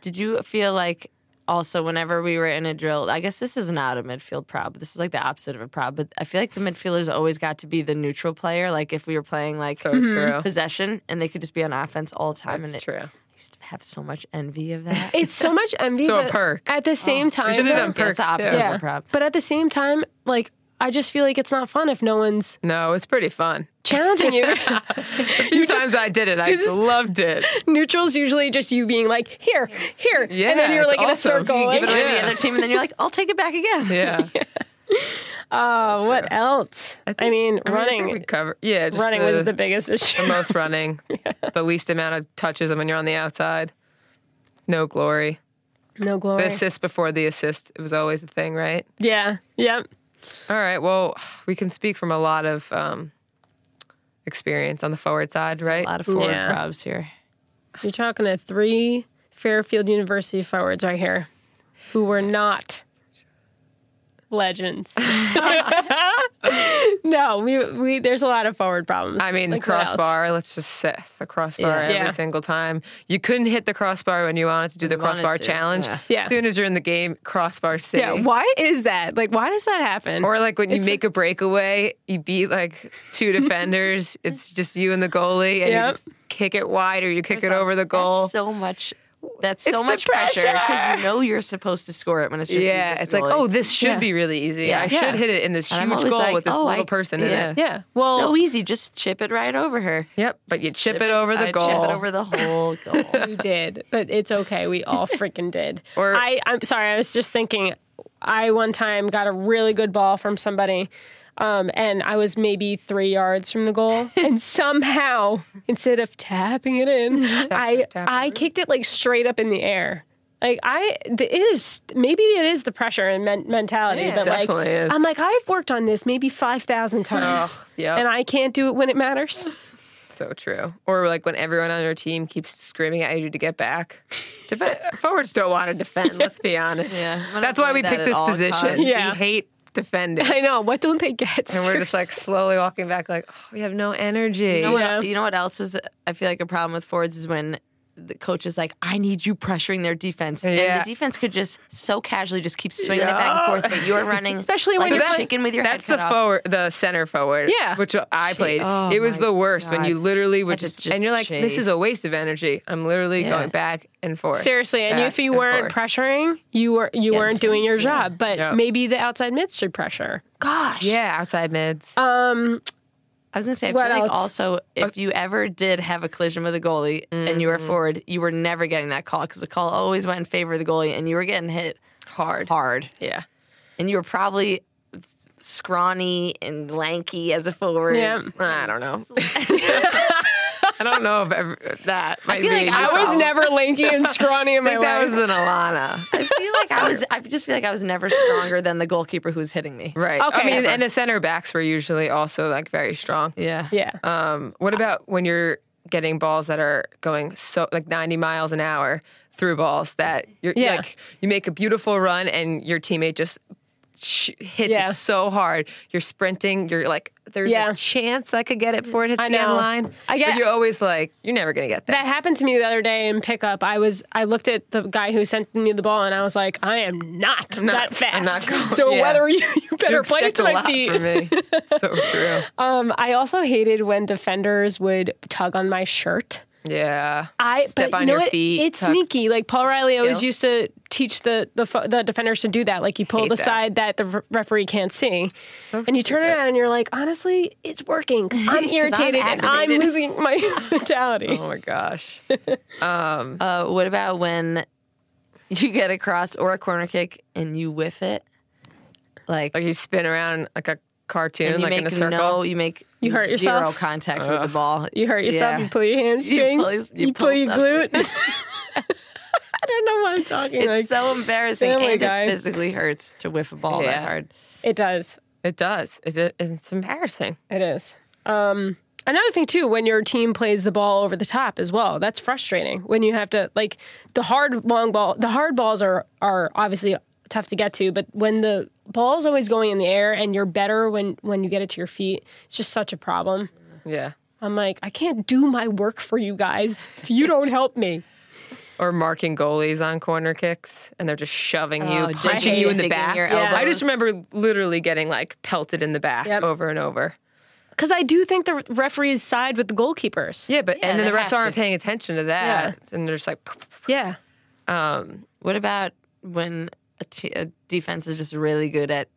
[SPEAKER 5] Did you feel like also whenever we were in a drill, I guess this is not a midfield prob. This is like the opposite of a prob. But I feel like the midfielders always got to be the neutral player. Like if we were playing like
[SPEAKER 4] Mm-hmm.
[SPEAKER 3] So true.
[SPEAKER 5] possession, and they could just be on offense all the time. and
[SPEAKER 3] That's
[SPEAKER 5] it,
[SPEAKER 3] true.
[SPEAKER 5] I used to have so much
[SPEAKER 3] [laughs]
[SPEAKER 5] envy of that.
[SPEAKER 4] It's so much envy.
[SPEAKER 3] So a
[SPEAKER 4] but
[SPEAKER 3] perk.
[SPEAKER 4] At the same
[SPEAKER 3] We
[SPEAKER 4] time,
[SPEAKER 3] should have done
[SPEAKER 4] though-
[SPEAKER 5] Yeah,
[SPEAKER 3] perks
[SPEAKER 5] it's the opposite
[SPEAKER 3] too.
[SPEAKER 5] of
[SPEAKER 4] Yeah.
[SPEAKER 5] a prop.
[SPEAKER 4] but at the same time, like I just feel like it's not fun if no one's
[SPEAKER 3] No, it's pretty fun. [laughs]
[SPEAKER 4] challenging you. [laughs]
[SPEAKER 3] A few times I did it. I
[SPEAKER 4] this is-
[SPEAKER 3] loved
[SPEAKER 4] [laughs]
[SPEAKER 3] it.
[SPEAKER 4] Neutral's usually just you being like here, here, and
[SPEAKER 3] Yeah,
[SPEAKER 4] then you're
[SPEAKER 3] it's
[SPEAKER 4] like in a
[SPEAKER 3] awesome.
[SPEAKER 4] circle.
[SPEAKER 3] You
[SPEAKER 4] like,
[SPEAKER 5] Give it away to
[SPEAKER 3] Yeah.
[SPEAKER 5] the other team, and then you're like, I'll take it back again.
[SPEAKER 3] Yeah,
[SPEAKER 4] oh, what else? I, mean,
[SPEAKER 3] I mean, I think
[SPEAKER 4] running.
[SPEAKER 3] we cover. Yeah, just
[SPEAKER 4] running
[SPEAKER 3] the,
[SPEAKER 4] was the [laughs] biggest
[SPEAKER 3] [laughs]
[SPEAKER 4] issue.
[SPEAKER 3] most
[SPEAKER 4] [laughs]
[SPEAKER 3] running, the least amount of touches when you're on the outside. No glory.
[SPEAKER 4] No glory.
[SPEAKER 3] The assist before the assist. It was always the thing, right?
[SPEAKER 4] yeah. Yep.
[SPEAKER 3] All right. Well, we can speak from a lot of um, experience on the forward side, right?
[SPEAKER 5] A lot of forward
[SPEAKER 4] Yeah.
[SPEAKER 5] props here.
[SPEAKER 4] You're talking to three Fairfield University forwards right here who were not
[SPEAKER 3] [laughs]
[SPEAKER 4] legends. [laughs] no, we we there's a lot of forward problems.
[SPEAKER 3] I mean,
[SPEAKER 4] Like, what else?
[SPEAKER 3] crossbar. Let's just set the crossbar
[SPEAKER 5] Yeah.
[SPEAKER 3] every
[SPEAKER 4] Yeah.
[SPEAKER 3] single time. You couldn't hit the crossbar when you wanted to do the
[SPEAKER 5] you wanted
[SPEAKER 3] crossbar
[SPEAKER 5] to,
[SPEAKER 3] challenge.
[SPEAKER 5] yeah.
[SPEAKER 4] Yeah.
[SPEAKER 3] As soon as you're in the game, crossbar city.
[SPEAKER 4] Yeah, why is that? Like why does that happen?
[SPEAKER 3] Or like when you
[SPEAKER 4] It's-
[SPEAKER 3] make a breakaway, you beat like
[SPEAKER 5] [laughs]
[SPEAKER 3] two defenders. it's just you and the goalie, and
[SPEAKER 4] Yep.
[SPEAKER 3] you just kick it wide or you kick it
[SPEAKER 5] So
[SPEAKER 3] over the goal.
[SPEAKER 5] That's so much. That's
[SPEAKER 3] It's
[SPEAKER 5] so
[SPEAKER 3] the
[SPEAKER 5] much pressure because
[SPEAKER 3] pressure.
[SPEAKER 5] you know you're supposed to score it when it's just you
[SPEAKER 3] yeah,
[SPEAKER 5] versus
[SPEAKER 3] it's like
[SPEAKER 5] goalie.
[SPEAKER 3] oh, this should
[SPEAKER 4] Yeah.
[SPEAKER 3] be really easy.
[SPEAKER 5] Yeah.
[SPEAKER 3] I
[SPEAKER 5] Yeah.
[SPEAKER 3] should hit it in this
[SPEAKER 5] And I'm
[SPEAKER 3] huge
[SPEAKER 5] always
[SPEAKER 3] goal
[SPEAKER 5] like,
[SPEAKER 3] with this
[SPEAKER 5] oh,
[SPEAKER 3] little
[SPEAKER 5] I-
[SPEAKER 3] person in it.
[SPEAKER 4] yeah. Well,
[SPEAKER 5] so easy. Just chip it right over her.
[SPEAKER 3] Yep, but you
[SPEAKER 5] Just
[SPEAKER 3] chip it over the
[SPEAKER 5] I
[SPEAKER 3] goal.
[SPEAKER 5] Chip it over the whole goal.
[SPEAKER 3] [laughs]
[SPEAKER 4] you did, but it's okay. We all freaking did.
[SPEAKER 3] Or-
[SPEAKER 4] I, I'm sorry. I was just thinking. I one time got a really good ball from somebody, um, and I was maybe three yards from
[SPEAKER 3] [laughs]
[SPEAKER 4] the goal, and somehow instead of tapping
[SPEAKER 3] [laughs]
[SPEAKER 4] it in, I
[SPEAKER 3] tap
[SPEAKER 4] I kicked it like straight up in the air. Like I, th- it is maybe it is the pressure and men- mentality,
[SPEAKER 5] Yeah.
[SPEAKER 4] but like
[SPEAKER 3] Definitely is.
[SPEAKER 4] I'm like I've worked on this maybe five thousand times,
[SPEAKER 3] Ugh, yep.
[SPEAKER 4] and I can't do it when it matters. [laughs]
[SPEAKER 3] So true. Or like when everyone on your team keeps screaming at you to get back. Defend-
[SPEAKER 5] [laughs]
[SPEAKER 3] forwards don't want to defend. Let's be honest.
[SPEAKER 5] Yeah, I'm gonna
[SPEAKER 3] That's why we
[SPEAKER 5] avoid that
[SPEAKER 3] picked
[SPEAKER 5] at
[SPEAKER 3] this
[SPEAKER 5] all
[SPEAKER 3] position.
[SPEAKER 5] costs.
[SPEAKER 4] Yeah.
[SPEAKER 3] We hate
[SPEAKER 5] [laughs]
[SPEAKER 3] defending.
[SPEAKER 4] I know. What don't they get?
[SPEAKER 3] And we're just like slowly walking back, like, oh, we have no energy.
[SPEAKER 5] You know,
[SPEAKER 4] Oh, Yeah.
[SPEAKER 5] what, you know what else is? I feel like a problem with forwards is when the coach is like, "I need you pressuring their defense," and
[SPEAKER 3] Yeah.
[SPEAKER 5] the defense could just so casually just keep swinging it back and forth, but you're running,
[SPEAKER 4] [laughs] Especially
[SPEAKER 5] like
[SPEAKER 4] when
[SPEAKER 5] a
[SPEAKER 4] you're-
[SPEAKER 5] chicken with your
[SPEAKER 3] that's
[SPEAKER 5] head
[SPEAKER 3] the
[SPEAKER 5] cut off.
[SPEAKER 3] forward, the center forward.
[SPEAKER 4] Yeah.
[SPEAKER 3] which I played.
[SPEAKER 5] oh
[SPEAKER 3] it was
[SPEAKER 5] my
[SPEAKER 3] the worst when
[SPEAKER 5] God.
[SPEAKER 3] you literally would
[SPEAKER 5] Had to
[SPEAKER 3] just,
[SPEAKER 5] just
[SPEAKER 3] and you're like, this is
[SPEAKER 5] chase.
[SPEAKER 3] a waste of energy. I'm literally
[SPEAKER 5] Yeah.
[SPEAKER 3] going back and forth.
[SPEAKER 4] Seriously, and
[SPEAKER 3] back
[SPEAKER 4] if you
[SPEAKER 3] and
[SPEAKER 4] weren't
[SPEAKER 3] forth.
[SPEAKER 4] pressuring, you were you weren't doing your job. But
[SPEAKER 3] Yeah.
[SPEAKER 4] maybe the outside mids should pressure. Gosh.
[SPEAKER 3] yeah, outside mids.
[SPEAKER 5] Uh,
[SPEAKER 4] Um.
[SPEAKER 5] I was gonna say, I
[SPEAKER 4] What
[SPEAKER 5] feel
[SPEAKER 4] else?
[SPEAKER 5] like also if you ever did have a collision with a goalie and you were
[SPEAKER 4] Mm-hmm.
[SPEAKER 5] forward, you were never getting that call because the call always went in favor of the goalie, and you were getting hit hard, hard,
[SPEAKER 3] yeah,
[SPEAKER 5] and you were probably scrawny and lanky as a forward.
[SPEAKER 4] Yeah.
[SPEAKER 3] I don't know.
[SPEAKER 4] [laughs]
[SPEAKER 3] I don't know if ever, that. Might
[SPEAKER 5] feel
[SPEAKER 3] be
[SPEAKER 5] like
[SPEAKER 3] a
[SPEAKER 5] I
[SPEAKER 3] new
[SPEAKER 4] I was
[SPEAKER 3] problem.
[SPEAKER 4] never
[SPEAKER 3] [laughs]
[SPEAKER 4] lanky and scrawny in
[SPEAKER 3] I
[SPEAKER 4] my
[SPEAKER 3] think that
[SPEAKER 4] life.
[SPEAKER 3] was an
[SPEAKER 4] [laughs]
[SPEAKER 3] Alana.
[SPEAKER 5] I feel like I was. I just feel like I was never stronger than the goalkeeper who was hitting me.
[SPEAKER 3] Right. I
[SPEAKER 4] Okay.
[SPEAKER 3] mean, and the center backs were usually also like very strong.
[SPEAKER 5] Yeah.
[SPEAKER 4] yeah.
[SPEAKER 3] Um, what about when you're getting balls that are going so like 90 miles an hour through balls that you're
[SPEAKER 4] Yeah.
[SPEAKER 3] like you make a beautiful run and your teammate just sh- hits
[SPEAKER 4] Yeah.
[SPEAKER 3] it so hard. You're sprinting. You're like, there's
[SPEAKER 4] Yeah.
[SPEAKER 3] a chance I could get it before it hits
[SPEAKER 4] I
[SPEAKER 3] the end
[SPEAKER 4] know.
[SPEAKER 3] line.
[SPEAKER 4] I
[SPEAKER 3] But
[SPEAKER 4] get-
[SPEAKER 3] you're always like, you're never gonna
[SPEAKER 4] [laughs]
[SPEAKER 3] get that.
[SPEAKER 4] that happened to me the other day in pickup. I was I looked at the guy who sent me the ball and I was like, I am not,
[SPEAKER 3] not-
[SPEAKER 4] that
[SPEAKER 3] I'm not
[SPEAKER 4] fast.
[SPEAKER 3] going-
[SPEAKER 4] [laughs] so
[SPEAKER 3] yeah.
[SPEAKER 4] whether you, you better
[SPEAKER 3] You
[SPEAKER 4] play it
[SPEAKER 3] expect
[SPEAKER 4] to
[SPEAKER 3] a
[SPEAKER 4] my
[SPEAKER 3] lot Mm-hmm.
[SPEAKER 4] feet.
[SPEAKER 3] from
[SPEAKER 4] [laughs]
[SPEAKER 3] me. It's so true.
[SPEAKER 4] Um, I also hated when defenders would tug on my shirt.
[SPEAKER 3] Yeah.
[SPEAKER 4] I
[SPEAKER 3] Step
[SPEAKER 4] but
[SPEAKER 3] on
[SPEAKER 4] you know
[SPEAKER 3] your
[SPEAKER 4] what?
[SPEAKER 3] feet,
[SPEAKER 4] it's
[SPEAKER 3] tuck.
[SPEAKER 4] sneaky. Like Paul Riley always
[SPEAKER 3] Skill.
[SPEAKER 4] used to teach the the, fo- the defenders to do that. Like you pull
[SPEAKER 3] Hate
[SPEAKER 4] the
[SPEAKER 3] that.
[SPEAKER 4] side that the re- referee can't see,
[SPEAKER 3] So
[SPEAKER 4] and you turn
[SPEAKER 3] stupid.
[SPEAKER 4] around and you're like, honestly, it's working. I'm irritated and I'm
[SPEAKER 5] aggravated.
[SPEAKER 4] losing my [laughs] mentality.
[SPEAKER 3] Oh my gosh.
[SPEAKER 5] Uh, what about when you get a cross or a corner kick and you whiff it? Like,
[SPEAKER 3] Like you spin around like a cartoon,
[SPEAKER 5] and you
[SPEAKER 3] like
[SPEAKER 5] make
[SPEAKER 3] in a circle.
[SPEAKER 5] no, you make
[SPEAKER 4] You hurt
[SPEAKER 5] zero
[SPEAKER 4] yourself?
[SPEAKER 5] contact with the ball.
[SPEAKER 4] You hurt yourself.
[SPEAKER 5] Yeah.
[SPEAKER 4] You pull your hamstrings. You
[SPEAKER 5] pull-
[SPEAKER 4] pull,
[SPEAKER 5] you pull
[SPEAKER 4] your glute. [laughs] I don't know why I'm talking.
[SPEAKER 5] It's
[SPEAKER 4] like
[SPEAKER 5] so embarrassing
[SPEAKER 4] Family
[SPEAKER 5] and
[SPEAKER 4] Guy.
[SPEAKER 5] it physically hurts to whiff a ball that
[SPEAKER 3] Yeah.
[SPEAKER 5] hard.
[SPEAKER 4] it does.
[SPEAKER 3] It does. It, it, it's embarrassing.
[SPEAKER 4] It is. Um, another thing too, when your team plays the ball over the top as well, that's frustrating. When you have to like the hard long ball, the hard balls are are obviously tough to get to, but when the ball's always going in the air and you're better when when you get it to your feet, it's just such a problem.
[SPEAKER 3] Yeah.
[SPEAKER 4] I'm like, I can't do my work for you guys if you don't help me.
[SPEAKER 3] or marking goalies on corner kicks and they're just shoving
[SPEAKER 5] Oh,
[SPEAKER 3] you,
[SPEAKER 5] dig-
[SPEAKER 3] punching you in the
[SPEAKER 5] digging
[SPEAKER 3] back.
[SPEAKER 5] your
[SPEAKER 4] Yeah.
[SPEAKER 3] I just
[SPEAKER 5] elbows.
[SPEAKER 3] remember literally getting like pelted in the back
[SPEAKER 4] Yep.
[SPEAKER 3] over and over.
[SPEAKER 4] Because I do think the referees side with the goalkeepers.
[SPEAKER 3] Yeah, but
[SPEAKER 5] Yeah,
[SPEAKER 3] and then the
[SPEAKER 5] they
[SPEAKER 3] refs
[SPEAKER 5] have
[SPEAKER 3] aren't
[SPEAKER 5] to.
[SPEAKER 3] paying attention to that, and they're just like,
[SPEAKER 4] Yeah.
[SPEAKER 5] What about when a, t- a defense is just really good at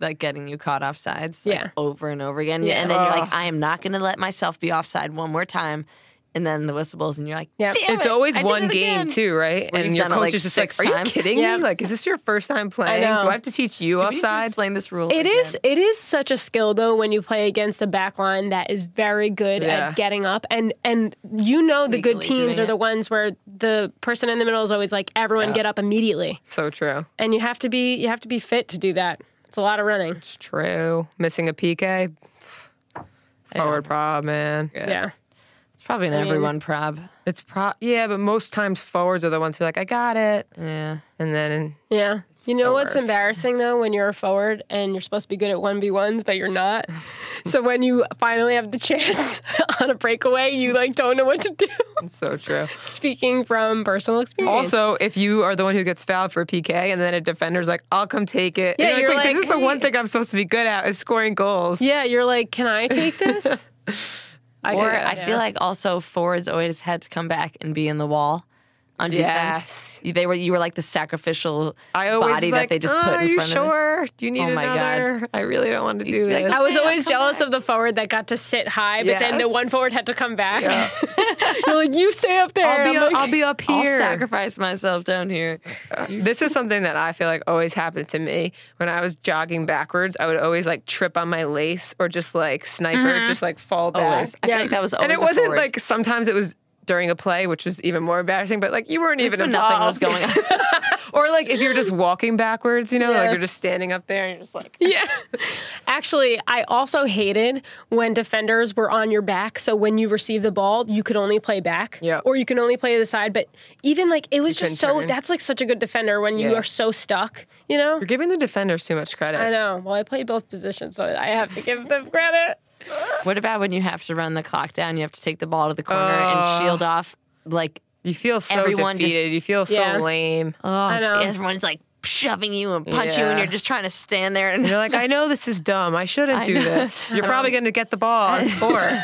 [SPEAKER 5] like getting you caught off sides, like,
[SPEAKER 4] Yeah.
[SPEAKER 5] over and over again,
[SPEAKER 4] Yeah.
[SPEAKER 5] and then you're like, I am not going to let myself be offside one more time, and then the whistle blows, and you're like,
[SPEAKER 4] Yep.
[SPEAKER 5] damn
[SPEAKER 3] it's
[SPEAKER 5] it,
[SPEAKER 3] always
[SPEAKER 5] I did
[SPEAKER 3] one
[SPEAKER 5] it
[SPEAKER 3] game
[SPEAKER 5] again.
[SPEAKER 3] too, right?
[SPEAKER 5] We've
[SPEAKER 3] and your
[SPEAKER 5] done it,
[SPEAKER 3] coach
[SPEAKER 5] like,
[SPEAKER 3] is just
[SPEAKER 5] six
[SPEAKER 3] like, "Are you
[SPEAKER 5] times."
[SPEAKER 3] kidding
[SPEAKER 4] Yeah.
[SPEAKER 3] me? Like, is this your first time playing?
[SPEAKER 4] know.
[SPEAKER 3] Do I have to teach you
[SPEAKER 5] Do we need to
[SPEAKER 3] offside?"
[SPEAKER 5] explain this rule.
[SPEAKER 4] It is. It is such a skill though when you play against a back line that is very good
[SPEAKER 3] Yeah.
[SPEAKER 4] at getting up and and you know the good
[SPEAKER 5] Sneakily
[SPEAKER 4] teams
[SPEAKER 5] doing
[SPEAKER 4] are
[SPEAKER 5] it.
[SPEAKER 4] the ones where the person in the middle is always like everyone get up immediately
[SPEAKER 3] so true.
[SPEAKER 4] and you have to be you have to be fit to do that. It's a lot of running.
[SPEAKER 3] It's true. Missing a PK. Forward prob, man.
[SPEAKER 4] Yeah.
[SPEAKER 5] It's probably an everyone prob.
[SPEAKER 3] It's pro. Yeah, but most times forwards are the ones who are like, "I got it,"
[SPEAKER 5] Yeah.
[SPEAKER 3] and then [laughs]
[SPEAKER 4] Yeah. You know what's
[SPEAKER 3] worst.
[SPEAKER 4] embarrassing though when you're a forward and you're supposed to be good at 1v1s but you're
[SPEAKER 5] [laughs]
[SPEAKER 4] not. so when you finally have the chance [laughs] on a breakaway, you like don't know what to do. [laughs]
[SPEAKER 3] it's so true.
[SPEAKER 4] Speaking from personal experience.
[SPEAKER 3] Also, if you are the one who gets fouled for a PK and then a defender's like, I'll come take it.
[SPEAKER 4] Yeah,
[SPEAKER 3] and you're
[SPEAKER 4] you're
[SPEAKER 3] like, wait, this is
[SPEAKER 4] like,
[SPEAKER 3] the one
[SPEAKER 4] hey.
[SPEAKER 3] thing I'm supposed to be good at is scoring goals.
[SPEAKER 4] Yeah, you're like, can I
[SPEAKER 3] [laughs]
[SPEAKER 4] take this? I
[SPEAKER 5] Or
[SPEAKER 4] get it.
[SPEAKER 5] I feel like also forwards always had to come back and be in the wall on
[SPEAKER 3] Yes.
[SPEAKER 5] defense. You- They were you were like the sacrificial
[SPEAKER 3] I always
[SPEAKER 5] body
[SPEAKER 3] was
[SPEAKER 5] that
[SPEAKER 3] like,
[SPEAKER 5] they just
[SPEAKER 3] "Uh,
[SPEAKER 5] put
[SPEAKER 3] are
[SPEAKER 5] in
[SPEAKER 3] you
[SPEAKER 5] front of them.
[SPEAKER 3] sure? Do you need
[SPEAKER 5] Oh my God.
[SPEAKER 3] another? I really don't want to
[SPEAKER 5] used
[SPEAKER 3] do
[SPEAKER 5] to be like,
[SPEAKER 3] this.
[SPEAKER 4] I was
[SPEAKER 5] Hey, I'll
[SPEAKER 4] always
[SPEAKER 5] come
[SPEAKER 4] jealous of the forward that got to sit high, but then the
[SPEAKER 3] Yes.
[SPEAKER 4] one forward had to come back. [laughs] you're like, you stay up there.
[SPEAKER 3] I'll be,
[SPEAKER 4] I'm
[SPEAKER 3] up,
[SPEAKER 4] like-
[SPEAKER 3] I'll be up
[SPEAKER 5] I'll
[SPEAKER 3] here.
[SPEAKER 5] sacrifice myself down here.
[SPEAKER 3] this is something that I feel like always happened to me when I was jogging backwards. I would always like trip on my lace or just like sniper, just like fall back.
[SPEAKER 5] Mm-hmm. Always. I feel like that was always
[SPEAKER 3] and it
[SPEAKER 5] a
[SPEAKER 3] wasn't
[SPEAKER 5] forward.
[SPEAKER 3] like sometimes it was during a play, which was even more embarrassing. But like you weren't
[SPEAKER 5] Just
[SPEAKER 3] even
[SPEAKER 5] when
[SPEAKER 3] involved.
[SPEAKER 5] nothing was
[SPEAKER 3] [laughs]
[SPEAKER 5] going on.
[SPEAKER 3] Or like if you're just walking backwards, you know,
[SPEAKER 4] Yeah.
[SPEAKER 3] like you're just standing up there and you're just
[SPEAKER 5] [laughs]
[SPEAKER 3] like,
[SPEAKER 4] [laughs] yeah. Actually, I also hated when defenders were on your back. So when you receive the ball, you could only play back,
[SPEAKER 3] Yeah.
[SPEAKER 4] or you can only play to the side. But even like it was just
[SPEAKER 3] couldn't
[SPEAKER 4] so.
[SPEAKER 3] turn.
[SPEAKER 4] That's like such a good defender when you
[SPEAKER 3] Yeah.
[SPEAKER 4] are so stuck. You know.
[SPEAKER 3] you're giving the defenders too much credit.
[SPEAKER 4] I know. Well, I play both positions, so I have to give
[SPEAKER 3] [laughs]
[SPEAKER 4] them credit.
[SPEAKER 5] What about when you have to run the clock down? You have to take the ball to the corner and shield off. Like,
[SPEAKER 3] You feel so
[SPEAKER 5] Everyone just-
[SPEAKER 3] defeated. you feel so
[SPEAKER 4] Yeah.
[SPEAKER 3] lame.
[SPEAKER 5] oh,
[SPEAKER 4] know.
[SPEAKER 5] everyone's like shoving you and punch you, and
[SPEAKER 3] Yeah.
[SPEAKER 5] you're just trying to stand there. And
[SPEAKER 3] You're like, I know this is dumb. I shouldn't do
[SPEAKER 5] know.
[SPEAKER 4] [laughs]
[SPEAKER 3] this. You're probably going to get the ball and score.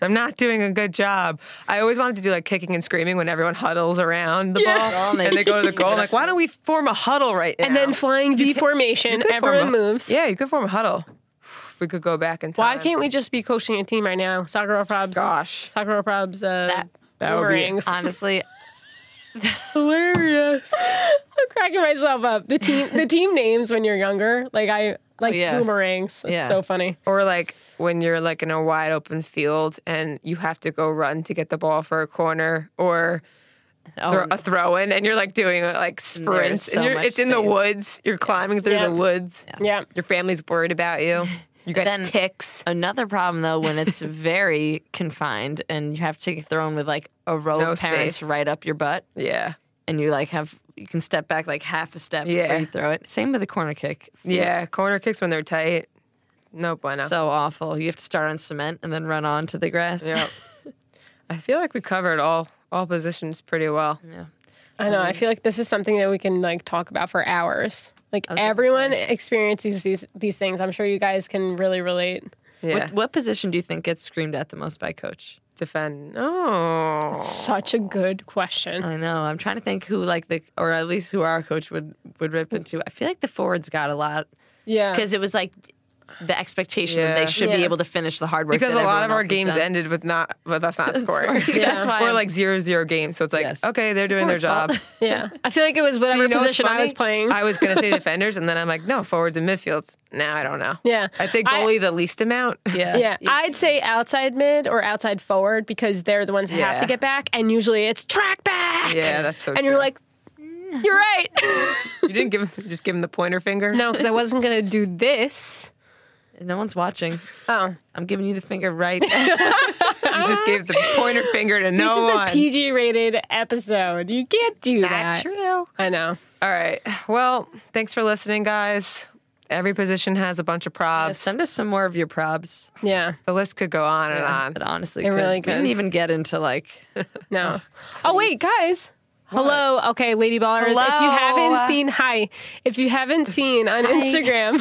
[SPEAKER 3] I'm not doing a good job. I always wanted to do like kicking and screaming when everyone huddles around the ball
[SPEAKER 5] Oh,
[SPEAKER 3] and
[SPEAKER 5] they-
[SPEAKER 3] they go to the goal. I'm like, why don't we form a huddle right now?
[SPEAKER 4] And then flying V formation,
[SPEAKER 3] Could form
[SPEAKER 4] everyone
[SPEAKER 3] a-
[SPEAKER 4] moves.
[SPEAKER 3] Yeah, you could form a huddle. [sighs] We could go back in time.
[SPEAKER 4] Why can't we just be coaching a team right now? Soccer probs.
[SPEAKER 3] Gosh.
[SPEAKER 4] Soccer probs. Uh,
[SPEAKER 5] That-
[SPEAKER 3] that would be-
[SPEAKER 4] boomerangs.
[SPEAKER 5] honestly,
[SPEAKER 4] hilarious. I'm [laughs] cracking myself up. The team.
[SPEAKER 3] [laughs]
[SPEAKER 4] The team names when you're younger. Like I
[SPEAKER 3] Oh,
[SPEAKER 4] like
[SPEAKER 5] yeah.
[SPEAKER 4] boomerangs. It's
[SPEAKER 5] Yeah.
[SPEAKER 4] so funny.
[SPEAKER 3] Or like when you're like in a wide open field and you have to go run to get the ball for a corner or thro-
[SPEAKER 5] oh,
[SPEAKER 3] a throw in and you're like doing like sprints
[SPEAKER 5] so
[SPEAKER 3] and you're,
[SPEAKER 5] much
[SPEAKER 3] it's in the
[SPEAKER 5] space.
[SPEAKER 3] woods. You're climbing through
[SPEAKER 4] Yeah.
[SPEAKER 3] the woods.
[SPEAKER 4] Yeah.
[SPEAKER 3] Your family's worried about you. You got
[SPEAKER 5] Then-
[SPEAKER 3] ticks.
[SPEAKER 5] Another problem though,
[SPEAKER 3] [laughs]
[SPEAKER 5] when it's very confined and you have to take a throw in with like a row
[SPEAKER 3] No
[SPEAKER 5] of parents
[SPEAKER 3] space.
[SPEAKER 5] right up your butt,
[SPEAKER 3] Yeah.
[SPEAKER 5] and you like have you can step back like half a step
[SPEAKER 3] Yeah.
[SPEAKER 5] before you throw it. Same with the corner kick.
[SPEAKER 3] Yeah. Corner kicks when they're tight. No bueno.
[SPEAKER 5] So awful. You have to start on cement and then run onto the grass.
[SPEAKER 3] Yep. I feel like we covered all all positions pretty well.
[SPEAKER 4] I know.
[SPEAKER 3] Mm-hmm.
[SPEAKER 4] I feel like this is something that we can like talk about for hours. Like everyone experiences these these things. I'm sure you guys can really relate.
[SPEAKER 3] Yeah.
[SPEAKER 5] What, what position do you think gets screamed at the most by coach?
[SPEAKER 3] Defend. Oh.
[SPEAKER 4] Such a good
[SPEAKER 3] Uh,
[SPEAKER 4] question.
[SPEAKER 5] I know. I'm trying to think who like the or at least who our coach would would rip into. I feel like the forwards got a lot
[SPEAKER 4] Yeah.
[SPEAKER 5] because it was like the expectation that
[SPEAKER 3] Yeah.
[SPEAKER 5] they should be
[SPEAKER 4] Yeah.
[SPEAKER 5] able to finish the hard work
[SPEAKER 3] Because a
[SPEAKER 5] that
[SPEAKER 3] lot
[SPEAKER 5] everyone
[SPEAKER 3] of our
[SPEAKER 5] else has
[SPEAKER 3] games
[SPEAKER 5] done.
[SPEAKER 3] ended with not with us
[SPEAKER 5] [laughs]
[SPEAKER 3] not scoring.
[SPEAKER 5] Sorry. That's
[SPEAKER 3] [laughs]
[SPEAKER 5] why
[SPEAKER 3] Or
[SPEAKER 5] I'm-
[SPEAKER 3] like zero zero games. So it's like,
[SPEAKER 5] Yes.
[SPEAKER 3] okay, they're
[SPEAKER 5] It's a
[SPEAKER 3] doing their
[SPEAKER 5] forward's
[SPEAKER 3] [laughs] job.
[SPEAKER 5] fault.
[SPEAKER 4] Yeah. I feel like
[SPEAKER 3] [laughs]
[SPEAKER 4] it was whatever
[SPEAKER 3] You know what's
[SPEAKER 4] position I
[SPEAKER 3] funny?
[SPEAKER 4] was playing.
[SPEAKER 3] I was gonna say defenders, and then I'm like, no, forwards and midfields. Now I don't know.
[SPEAKER 4] Yeah.
[SPEAKER 3] I'd say
[SPEAKER 4] I-
[SPEAKER 3] goalie the least amount. [laughs]
[SPEAKER 5] Yeah.
[SPEAKER 4] Yeah, I'd say outside mid or outside forward because they're the ones who have
[SPEAKER 3] Yeah.
[SPEAKER 4] to get back, and usually it's track back.
[SPEAKER 3] Yeah, that's so.
[SPEAKER 4] and you're
[SPEAKER 3] true.
[SPEAKER 4] like, "Mm, you're right. [laughs]
[SPEAKER 3] you didn't give him, you just give him the pointer finger.
[SPEAKER 4] no, because I wasn't gonna do this.
[SPEAKER 5] No one's watching.
[SPEAKER 4] Oh,
[SPEAKER 5] I'm giving you the finger right.
[SPEAKER 3] [laughs] you just gave
[SPEAKER 4] [laughs]
[SPEAKER 3] the pointer finger to
[SPEAKER 4] this
[SPEAKER 3] no
[SPEAKER 4] is
[SPEAKER 3] one.
[SPEAKER 4] a PG-rated episode. You can't do that.
[SPEAKER 3] true.
[SPEAKER 4] I know.
[SPEAKER 3] All right. Well, thanks for listening, guys. Every position has a bunch of props.
[SPEAKER 5] Send us some more of your probs.
[SPEAKER 4] Yeah.
[SPEAKER 3] the list could go on and on.
[SPEAKER 5] But honestly,
[SPEAKER 4] It
[SPEAKER 5] could.
[SPEAKER 4] really
[SPEAKER 5] we didn't
[SPEAKER 4] could.
[SPEAKER 5] even get into like
[SPEAKER 4] No. Oh wait, guys. Hello, okay, Lady Ballers. If you haven't
[SPEAKER 5] Hello.
[SPEAKER 4] seen, hi. If you haven't seen on Instagram,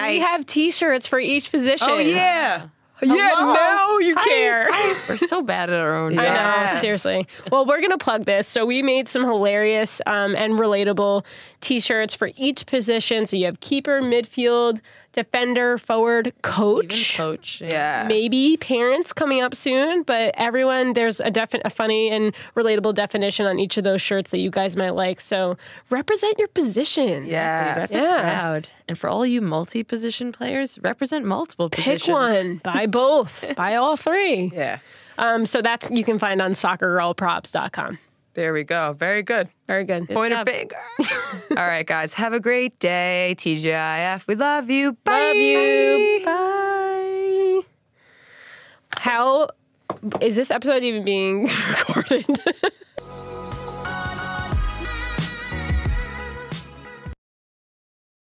[SPEAKER 4] we have T-shirts for each position.
[SPEAKER 3] Oh yeah. Yeah, now you care.
[SPEAKER 5] We're so bad at our own
[SPEAKER 4] I know,
[SPEAKER 5] jobs.
[SPEAKER 3] Yes.
[SPEAKER 4] seriously. Well, we're gonna plug this. So we made some hilarious um, and relatable T-shirts for each position. So you have keeper, midfield, defender, forward, coach.
[SPEAKER 5] Coach.
[SPEAKER 3] yeah.
[SPEAKER 4] Maybe parents coming up soon, but everyone there's a defi- a funny and relatable definition on each of those shirts that you guys might like. So represent your position.
[SPEAKER 3] Yes.
[SPEAKER 5] That's Proud. And for all you multi position players, represent multiple
[SPEAKER 4] Pick
[SPEAKER 5] positions.
[SPEAKER 4] one. Buy both. Buy all three.
[SPEAKER 3] Yeah.
[SPEAKER 4] Um, so that's you can find on soccergirlprops.com.
[SPEAKER 3] There we go. Very good.
[SPEAKER 4] Very good.
[SPEAKER 3] Pointer finger.
[SPEAKER 4] [laughs]
[SPEAKER 3] All right, guys. Have a great day. TGIF. We love you. Bye.
[SPEAKER 4] Love you. Bye. How is this episode even being [laughs] recorded?